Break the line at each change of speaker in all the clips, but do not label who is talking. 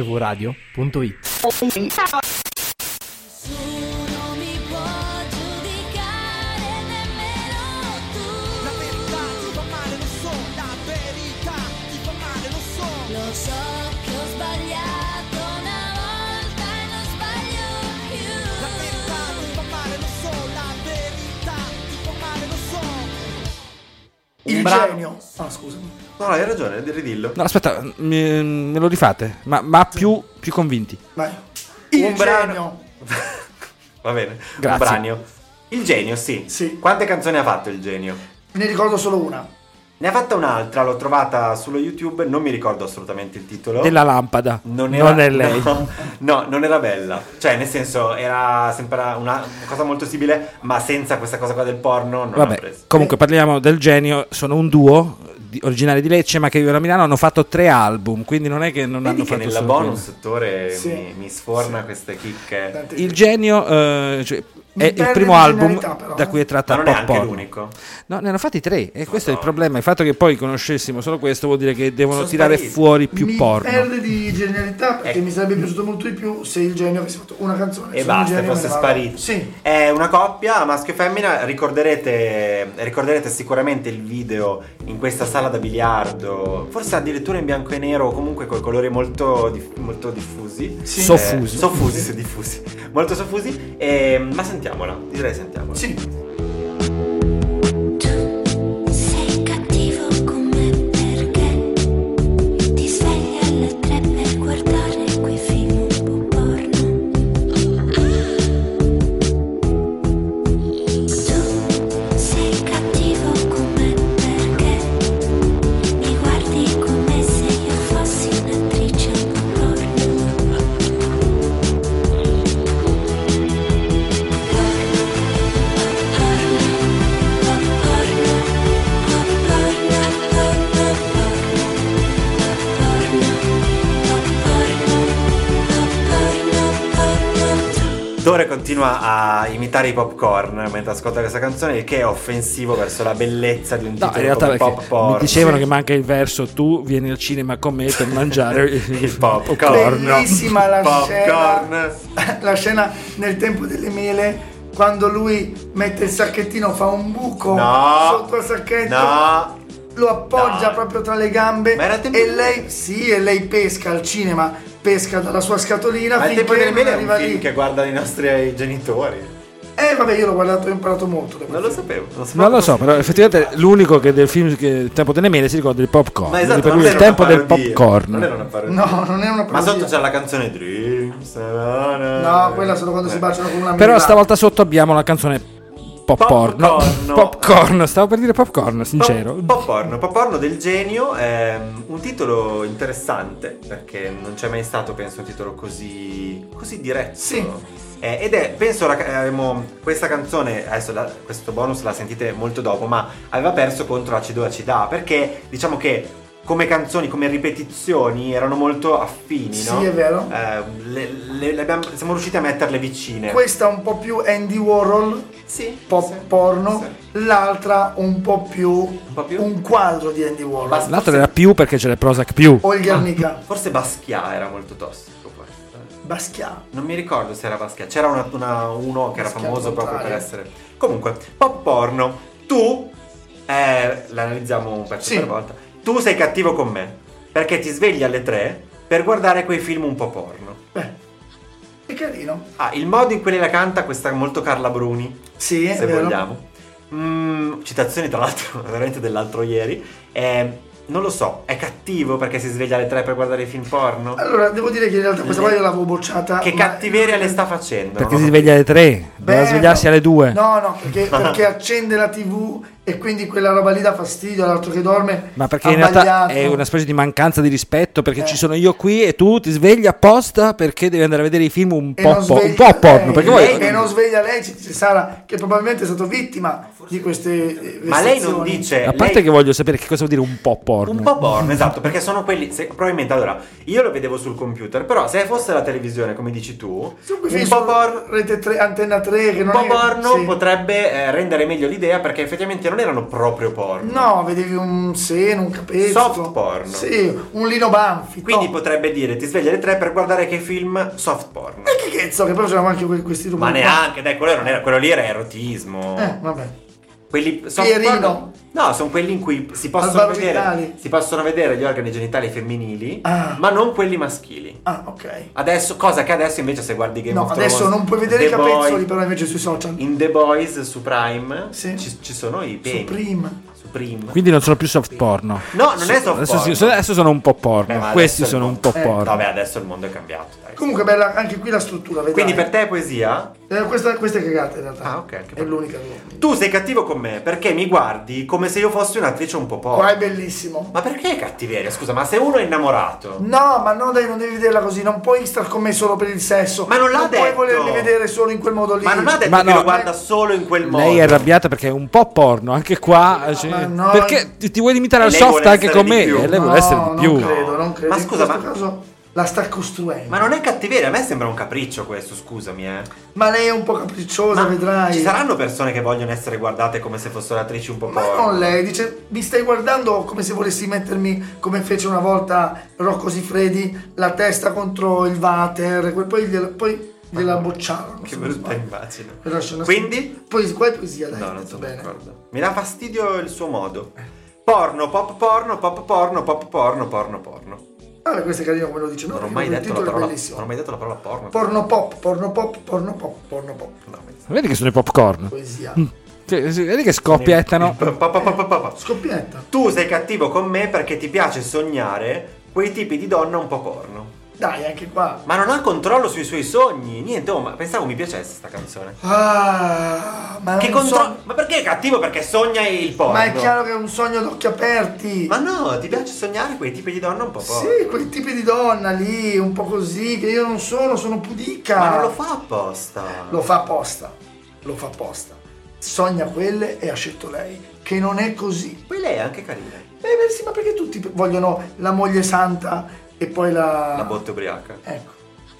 mvradio.it
Nessuno mi può giudicare, nemmeno tu.
La verità ti fa male, lo so, la verità ti fa male, lo so.
Lo so che ho sbagliato una volta e non sbaglio più.
La verità ti fa male, lo so, la verità ti fa male, lo so.
Il
Bravo.
genio. Ah, scusami.
No, hai ragione, ridillo.
No, aspetta, mi- me lo rifate, ma, ma più, più convinti.
Vai. Il
Un
genio.
brano. Va bene.
Grazie.
Un branio. Il genio, sì.
Sì.
Quante canzoni ha fatto il genio?
Ne ricordo solo una.
Ne ha fatta un'altra, l'ho trovata sullo YouTube, non mi ricordo assolutamente il titolo.
Della lampada.
Non, era,
è lei.
No, no, non era bella. Cioè, nel senso, era sempre una cosa molto simile, ma senza questa cosa qua del porno non l'ha
Vabbè,
presa.
comunque parliamo del genio, sono un duo di- originari di Lecce, ma che vivono a Milano hanno fatto tre album, quindi non è che non
Vedi
hanno
che
fatto
nella
solo
bonus
quello.
settore
Sì.
mi, mi sforna
Sì.
queste chicche.
Tante-
Il genio eh, cioè, è il
perde
primo album
originalità, però,
da
eh.
cui è tratta
Ma non è
pop
anche
porn.
l'unico.
No, ne hanno fatti tre e questo è il
Madonna.
problema. Il fatto che poi conoscessimo solo questo vuol dire che devono
Sono
tirare
spariti.
fuori più
mi
porno.
perde di genialità perché
Eh.
mi sarebbe piaciuto molto di più se il genio avesse fatto una canzone
E
sono un
basta,
genio,
fosse
me ne vado.
sparito.
Sì.
È una coppia, maschio e femmina. Ricorderete, ricorderete sicuramente il video in questa sala da biliardo, forse addirittura in bianco e nero, o comunque con colori molto, dif- molto diffusi.
Sì.
Soffusi.
Eh, soffusi, sì, diffusi. Molto soffusi. Eh, ma sentiamola, direi sentiamola.
Sì.
Tu sei cattivo con me perché ti svegli alle tre per guardare quei film un po' porno. Tu sei cattivo con me perché mi guardi come se io fossi un'attrice un po' porno.
Tore continua a imitare i popcorn mentre ascolta questa canzone, il che è offensivo verso la bellezza di un
No,
titolo
in realtà
come
perché
popcorn.
mi dicevano che manca il verso tu vieni al cinema con me per mangiare
Il popcorn.
Bellissima la scena.
popcorn.
La scena nel tempo delle mele quando lui mette il sacchettino, fa un buco
No.
sotto il sacchetto.
No.
Lo appoggia
No.
proprio tra le gambe
Ma era tempo
e
delle mele.
lei sì, e lei pesca al cinema, pesca dalla sua scatolina
Ma il
finché
tempo delle
non
mele è un
arriva
film
lì.
che guardano i nostri genitori.
Eh vabbè, io l'ho guardato e ho imparato molto. da
Non
quel
lo
film.
sapevo. Non, sapevo
Non lo so, però effettivamente l'unico che del film che il tempo delle mele si ricorda il popcorn.
Ma esatto, ma
Quindi per lui è il
non era
tempo
una
del
parodia. Non era
popcorn.
una parodia.
No, non è una parodia.
Ma sotto c'è la canzone Dreams. eh, No,
No, quella solo
Eh.
quando si baciano con una
Però
mela.
stavolta sotto abbiamo la canzone popcorn. No,
Popcorn.
popcorn, stavo per dire popcorn, sincero.
Popcorn, Popcorn del genio, è mm, un titolo interessante perché non c'è mai stato, penso, un titolo così, così diretto.
Sì.
Eh, ed è, penso, rac- avremo questa canzone, adesso la- questo bonus la sentite molto dopo, ma aveva perso contro Acido Acidà perché diciamo che come canzoni, come ripetizioni erano molto affini,
Sì,
no?
è vero.
Eh, le- le- le abbiamo- siamo riusciti a metterle vicine.
Questa un po' più Andy Warhol,
sì,
pop
sì,
porno,
sì.
l'altra un po' più un,
po' più?
quadro di Andy Warhol.
Basta.
L'altro era più perché c'è il Prozac più.
O il Guernica,
Forse Basquiat era molto tossico questo.
Basquiat.
Non mi ricordo se era Basquiat, c'era una- una- uno che era
Basquiat
famoso proprio per
contrario.
essere. Comunque, pop porno, tu, eh, l'analizziamo un pezzo
Sì.
per volta. Tu sei cattivo con me perché ti svegli alle 3 per guardare quei film un po' porno.
Beh, è carino.
Ah, il modo in cui lei la canta, questa è molto Carla Bruni,
Sì, è
se
vero.
vogliamo. Mm, citazioni tra l'altro, veramente dell'altro ieri. Eh, non lo so, è cattivo perché si sveglia alle 3 per guardare i film porno?
Allora, devo dire che in realtà questa qua io l'avevo bocciata.
Che
ma-
cattiveria le sta facendo?
Perché
Non ho
si sveglia alle 3, doveva
Bello.
svegliarsi alle 2.
No, no, perché, perché accende la tv e quindi quella roba lì dà fastidio all'altro che dorme.
Ma perché
ha
in realtà
sbagliato.
è una specie di mancanza di rispetto perché
Eh.
ci sono io qui e tu ti svegli apposta perché devi andare a vedere i film un
E
po',
non
po- un
sveglia
po' porno.
lei,
Perché
lei
voi...
che non sveglia lei ci ci sarà che probabilmente è stato vittima di queste eh,
Ma lei non
vessazioni.
dice.
A parte
lei-
che voglio sapere che cosa vuol dire un po' porno.
Un po' porno, esatto, perché sono quelli. se- probabilmente allora, io lo vedevo sul computer, però se fosse la televisione, come dici tu,
Su quei
un
film
po'
su
porno.
Rete 3, Antenna 3 che
Un
non
po'
è-
porno
sì.
potrebbe eh, rendere meglio l'idea perché effettivamente non erano proprio porno.
No, vedevi un seno, un capello.
Soft porn.
Sì, un lino banfi.
Quindi
top.
potrebbe dire ti svegli alle 3 per guardare che film soft porn.
E Eh, che cazzo, che poi c'erano anche que- questi
Ma
rumori. qua.
neanche, dai, quello, non era, quello lì era erotismo.
Eh, vabbè.
Quelli sono
Pierino.
porno- No, sono quelli in cui si possono,
Alvaro
vedere,
Vitali.
si possono vedere gli organi genitali femminili,
Ah.
ma non quelli maschili.
Ah, ok.
Adesso, cosa che adesso invece se guardi Game
No,
of Thrones
adesso non puoi vedere
The
i capezzoli,
Boy-
però invece sui social.
In The Boys su Prime
Sì.
ci, ci sono i peni.
Su Prime.
Su Prime.
Quindi non sono più soft porno.
No, non è soft
adesso,
porno.
sì, adesso sono un po' porno.
Beh, ma
Questi
adesso il
sono un
mondo-
po'
Eh,
porno.
Vabbè, adesso il mondo è cambiato. dai.
Comunque bella anche qui la struttura, vedrai.
Quindi per te è poesia?
Eh, questa, questa è cagata in realtà.
Ah, ok, anche
È
per me.
l'unica. che-
Tu sei cattivo con me perché mi guardi come se io fossi un'attrice un po'
Qua è
porno.
bellissimo.
Ma perché cattiveria? Scusa, ma se uno è innamorato...
No, ma no, dai, non devi vederla così. Non puoi star con me solo per il sesso.
Ma non l'ha detto.
puoi volermi vedere solo in quel modo lì.
Ma non ha detto
Ma
che
no,
lo guarda solo in quel modo.
Lei è arrabbiata perché è un po' porno, anche qua.
Ma
cioè,
no.
perché ti, ti vuoi limitare
E
al
lei
soft
vuole
anche
essere
con
di
me?
più.
E lei vuole
No,
essere di più.
Non credo, non credo.
Ma scusa,
in questo
ma-
caso la sta costruendo.
Ma
Ma,
non è cattiveria, a me sembra un capriccio questo, scusami, eh.
lei è un po' capricciosa,
Ma
vedrai.
Ci saranno persone che vogliono essere guardate come se fossero attrici un po'
Ma
porno.
non lei, dice, mi stai guardando come se volessi mettermi, come fece una volta Rocco Sifredi, la testa contro il water, que- poi gliela, poi gliela bocciarono.
Che
se non
brutta
sbaglio.
immagine.
Per lasciare una-
Quindi?
Poi, qua è poesia, dai,
No, non
detto
sono
bene.
d'accordo. Mi dà fastidio il suo modo. Porno, pop porno, pop porno, pop porno, porno porno.
Vabbè, questo è carino come lo dice. No,
Non ho
perché
mai
il
detto la
titolo è
parola.
bellissimo.
Non ho mai detto la parola porno.
Porno pop, porno pop, porno pop, porno pop.
No, mi-
Vedi che sono i popcorn.
Poesia.
Cioè, sì, vedi che scoppiettano.
Pa- pa- pa- pa- pa- pa.
Scoppietta.
Tu sei cattivo con me perché ti piace sognare quei tipi di donna un po' porno.
Dai, anche qua.
Ma non ha controllo sui suoi sogni. Niente, oh, ma pensavo mi piacesse sta canzone.
Ah, ma
Che
non so-
controllo. Ma perché è cattivo? Perché sogna il porno.
Ma è chiaro che è un sogno ad occhi aperti.
Ma no, ti piace sognare quei tipi di donna un po' porno.
Sì, quei tipi di donna lì, un po' così, che io non sono, sono pudica.
Ma non lo fa apposta.
Ah. Lo fa apposta, lo fa apposta. Sogna quelle e ha scelto lei, che non è così.
Poi lei è anche carina.
Eh, beh, sì, ma perché tutti vogliono la moglie santa e poi la...
La botte ubriaca.
Ecco.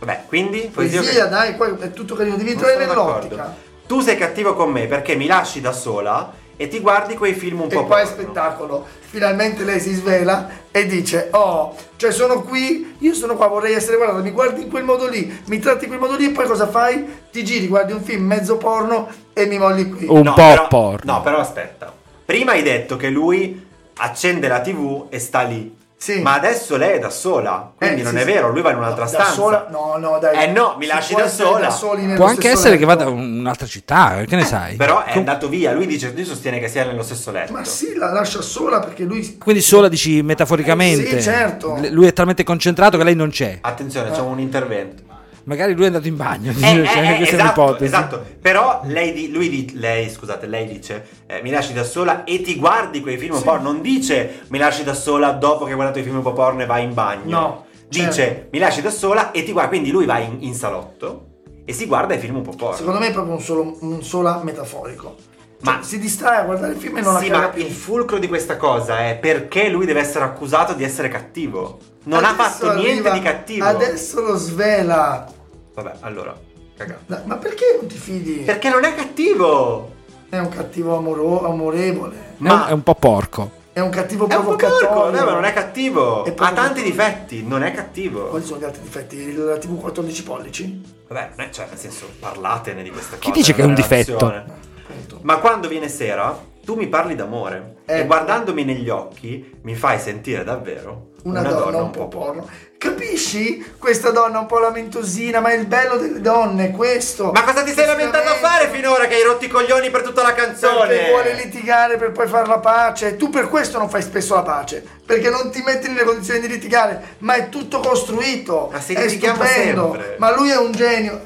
Vabbè, quindi.
Ah. Poesia,
che-
dai, qua è tutto carino, devi
Non
entrare
sono
nell'ottica.
d'accordo. Tu sei cattivo con me perché mi lasci da sola e ti guardi quei film un
E
po'
qua è
porno.
spettacolo. Finalmente lei si svela e dice: Oh, cioè sono qui, io sono qua, vorrei essere guardata. Mi guardi in quel modo lì, mi tratti in quel modo lì, e poi cosa fai? Ti giri, guardi un film mezzo porno e mi molli qui. Eh,
Oh. Un po'
però-
porno.
No, però aspetta. Prima hai detto che lui accende la TV e sta lì.
Sì.
Ma adesso lei è da sola. Quindi
Eh,
non
sì,
è
sì.
vero, lui va in un'altra
No, da
stanza.
sola? No, no, dai.
Eh no, mi
Si
lasci
può
da
essere
sola.
Da soli nello
Può anche
stesso
essere che
letto.
vada in un'altra città, eh, che ne sai.
Però è
Com-
andato via, lui dice, lui sostiene che sia nello stesso letto.
Ma sì, la lascia sola perché lui.
Quindi sola dici metaforicamente.
Eh, sì, certo.
L- Lui è talmente concentrato che lei non c'è.
Attenzione,
Eh.
c'è un intervento.
Magari lui è andato in bagno.
Eh, eh,
Cioè,
eh,
questa è
esatto,
un'ipotesi.
esatto. Però lei, di- lui di- lei, scusate, lei dice eh, mi lasci da sola e ti guardi quei film un po'. Non dice mi lasci da sola dopo che hai guardato i film un po' porno e vai in bagno.
No,
Dice
certo.
mi lasci da sola e ti guardi. Quindi lui va in, in salotto e si guarda i film un po' porno.
Secondo me è proprio un, solo, un sola metaforico.
Ma-
Ma si distrae a guardare il film e non
sì,
la caga
ma
più.
il fulcro di questa cosa è perché lui deve essere accusato di essere cattivo. Non ha
Adesso
fatto niente
arriva-
di cattivo.
Adesso lo svela.
Vabbè, allora, cagato.
Da- Ma perché non ti fidi?
Perché non è cattivo.
È un cattivo amoro- amorevole.
È un-
Ma-
è un po' porco.
È un cattivo
È un po'
provocatore.
porco, no, ma non è cattivo.
È
Ha tanti
provocatore.
difetti, non è cattivo.
Quali sono gli altri difetti? Il TV 14 pollici?
Vabbè, non è, cioè, nel senso, parlatene di queste cose.
Chi dice che è
nella
un difetto?
relazione.
Appunto.
Ma quando viene sera, tu mi parli d'amore. E
Ecco.
guardandomi negli occhi, mi fai sentire davvero
Una, donna, un po' porno. Capisci? Questa donna un po' lamentosina, ma è il bello delle donne, questo.
Ma cosa ti sei lamentato a fare finora che hai rotto i coglioni per tutta la canzone?
Perché vuole litigare per poi fare la pace. Tu per questo non fai spesso la pace. Perché non ti metti nelle condizioni di litigare. Ma è tutto costruito.
Ma se
è
litighiamo
stupendo.
sempre.
Ma lui è un genio.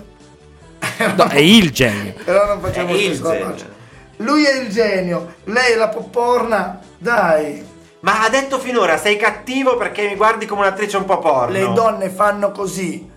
No, è il genio.
Però non facciamo
È il
spesso la
genio.
pace. Lui è il genio, lei è la popporna. Dai,
Ma ha detto finora, sei cattivo perché mi guardi come un'attrice un po' porno.
le donne fanno così.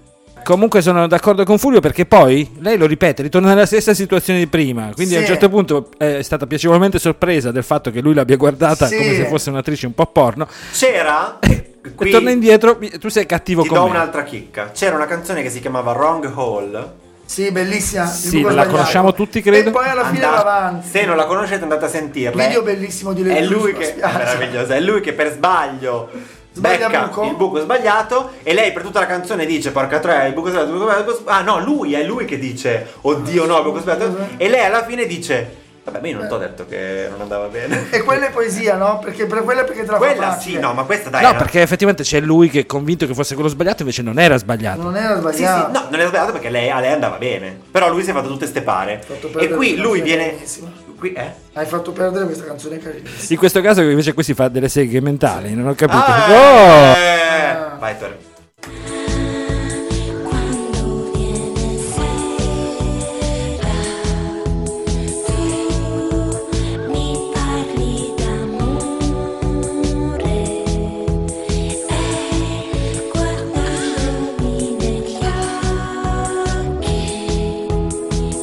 Comunque sono d'accordo con Fulvio perché poi lei lo ripete, ritorna nella stessa situazione di prima. Quindi
Sì.
a un certo punto è stata piacevolmente sorpresa del fatto che lui l'abbia guardata
Sì.
come se fosse un'attrice un po' porno.
C'era...
e
qui-
torna indietro, mi- tu sei cattivo
Ti
con
do
me.
un'altra chicca. C'era una canzone che si chiamava Wrong Hole
Sì, bellissima. il
Sì,
buco
la
sbagliato.
conosciamo tutti, credo.
E poi alla fine
Andate-
va avanti.
Se non la conoscete andate a sentirla.
Video
eh.
bellissimo di lei
È
sulla
lui che è
spiaggia.
meraviglioso, è lui che per sbaglio
Sbaglia
becca
buco?
il buco sbagliato e lei per tutta la canzone dice porca troia il buco sbagliato, il buco sbagliato, il buco sbagliato". Ah no, lui è lui che dice oddio no, il buco sbagliato e lei alla fine dice vabbè, ma io non ti ho detto che non andava bene.
E quella è poesia, no? Perché per quella perché te la fa
Quella sì,
facile.
no, ma questa dai.
No,
era-
perché effettivamente c'è lui che è convinto che fosse quello sbagliato, invece non era sbagliato.
Non era
Sì, sì,
sbagliata.
no, non è sbagliato perché lei, a lei andava bene. Però lui si è fatto tutte ste pare.
Fatto
E
perdere
qui
una
lui
canzone
viene.
bellissima.
Qui, eh?
Hai fatto perdere questa canzone carinissima.
In questo caso invece qui si fa delle seghe mentali, non ho capito.
Ah,
Oh!
eh. Vai, Tore.
Quando viene sera, tu mi parli d'amore e guardandomi negli occhi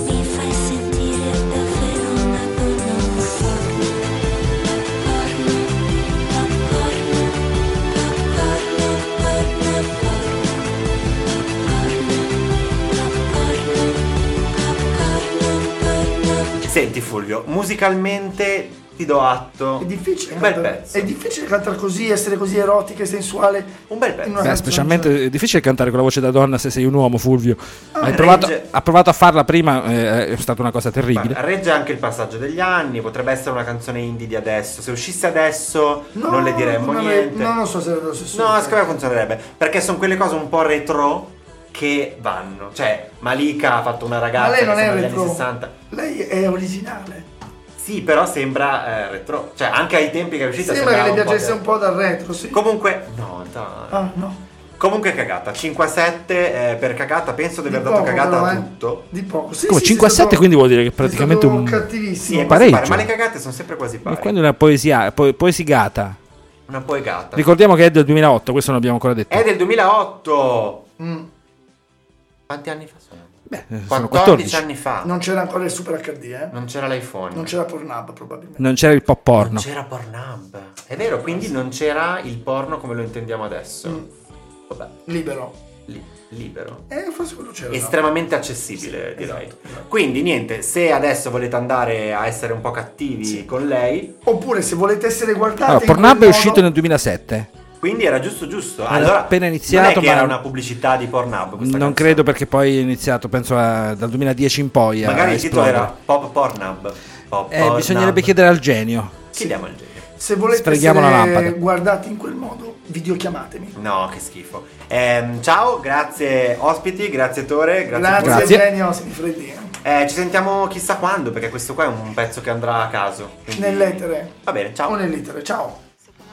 mi fai sentire davvero una donna fuori. Popcorn, popcorn, popcorn, popcorn, popcorn.
Senti Fulvio, musicalmente ti do atto.
È difficile.
Un bel
cantare-
pezzo.
È difficile cantare così, essere così erotica e sensuale.
Un bel
In
pezzo.
una
Beh,
canzone.
specialmente è difficile cantare con la voce da donna se sei un uomo, Fulvio.
Ah,
Hai provato,
regge.
ha provato a farla prima, eh, è stata una cosa
Guarda,
terribile.
Regge anche il passaggio degli anni, potrebbe essere una canzone indie di adesso. Se uscisse adesso
No,
non le diremmo
non è-
niente.
No, non so se è lo stesso.
No, secondo me funzionerebbe. Perché sono quelle cose un po' retro che vanno. Cioè, Malika ha fatto una
Ma
ragazza
lei non
che
è
sembra degli anni
retro.
60.
Lei è originale.
Sì, però sembra eh, retro. Cioè, anche ai tempi che è uscita
Sembra che le
sembrava
piacesse un
po'
po' dal retro, sì.
di- Comunque, no, dai.
Ah, no.
Comunque cagata, 5 a 7 eh, per cagata, penso di aver dato
poco,
cagata
però,
a
eh.
tutto.
Di poco. Sì,
Come
sì,
5 a
è stato-
7 quindi vuol dire che
è
praticamente
stato
un-
Sì,
cattivissimo.
è
pa-
quasi
pareggio.
pari, ma le cagate sono sempre quasi
Ma
pari.
quando è una poesia, po- poesigata.
Una poegata.
Ricordiamo che è del 2008, questo non abbiamo ancora detto.
È del 2008.
Mm,
Quanti anni fa sono?
Beh, eh,
14,
sono 14.
anni fa.
Non c'era ancora il Super HD, eh.
Non c'era l'iPhone.
Non c'era Pornhub probabilmente.
Non c'era il pop porno.
Non c'era Pornhub. È vero, quindi non c'era il porno come lo intendiamo adesso.
Mm.
Vabbè,
Libero.
li- libero.
Eh, forse quello c'era. no?
Estremamente accessibile,
Sì,
direi.
esatto, esatto.
Quindi niente, se adesso volete andare a essere un po' cattivi
Sì.
con lei,
Oppure se volete essere guardati.
Allora,
in quel
Pornhub è
modo-
uscito nel 2007.
quindi era giusto giusto.
Era
Allora,
appena
non è
iniziato,
che
ma-
era una pubblicità di Pornhub questa
Non
canzone.
credo perché poi è iniziato, penso a- dal 2010 in poi. a
Magari il titolo
esplodere.
era Pop Pornhub. Pop
Eh,
Pornhub.
bisognerebbe chiedere al genio.
Chiediamo al genio.
Se volete
Sfreghiamo
essere
la lampada.
guardati in quel modo, videochiamatemi.
No, che schifo. Ehm, ciao, grazie ospiti, grazie Tore, grazie.
Grazie,
Fulvio.
Grazie.
Eugenio Sinfreddino.
Eh, ci sentiamo chissà quando, perché questo qua è un pezzo che andrà a caso. quindi-
Nell'etere.
Va bene,
O
ciao.
nell'etere, ciao.
Secondo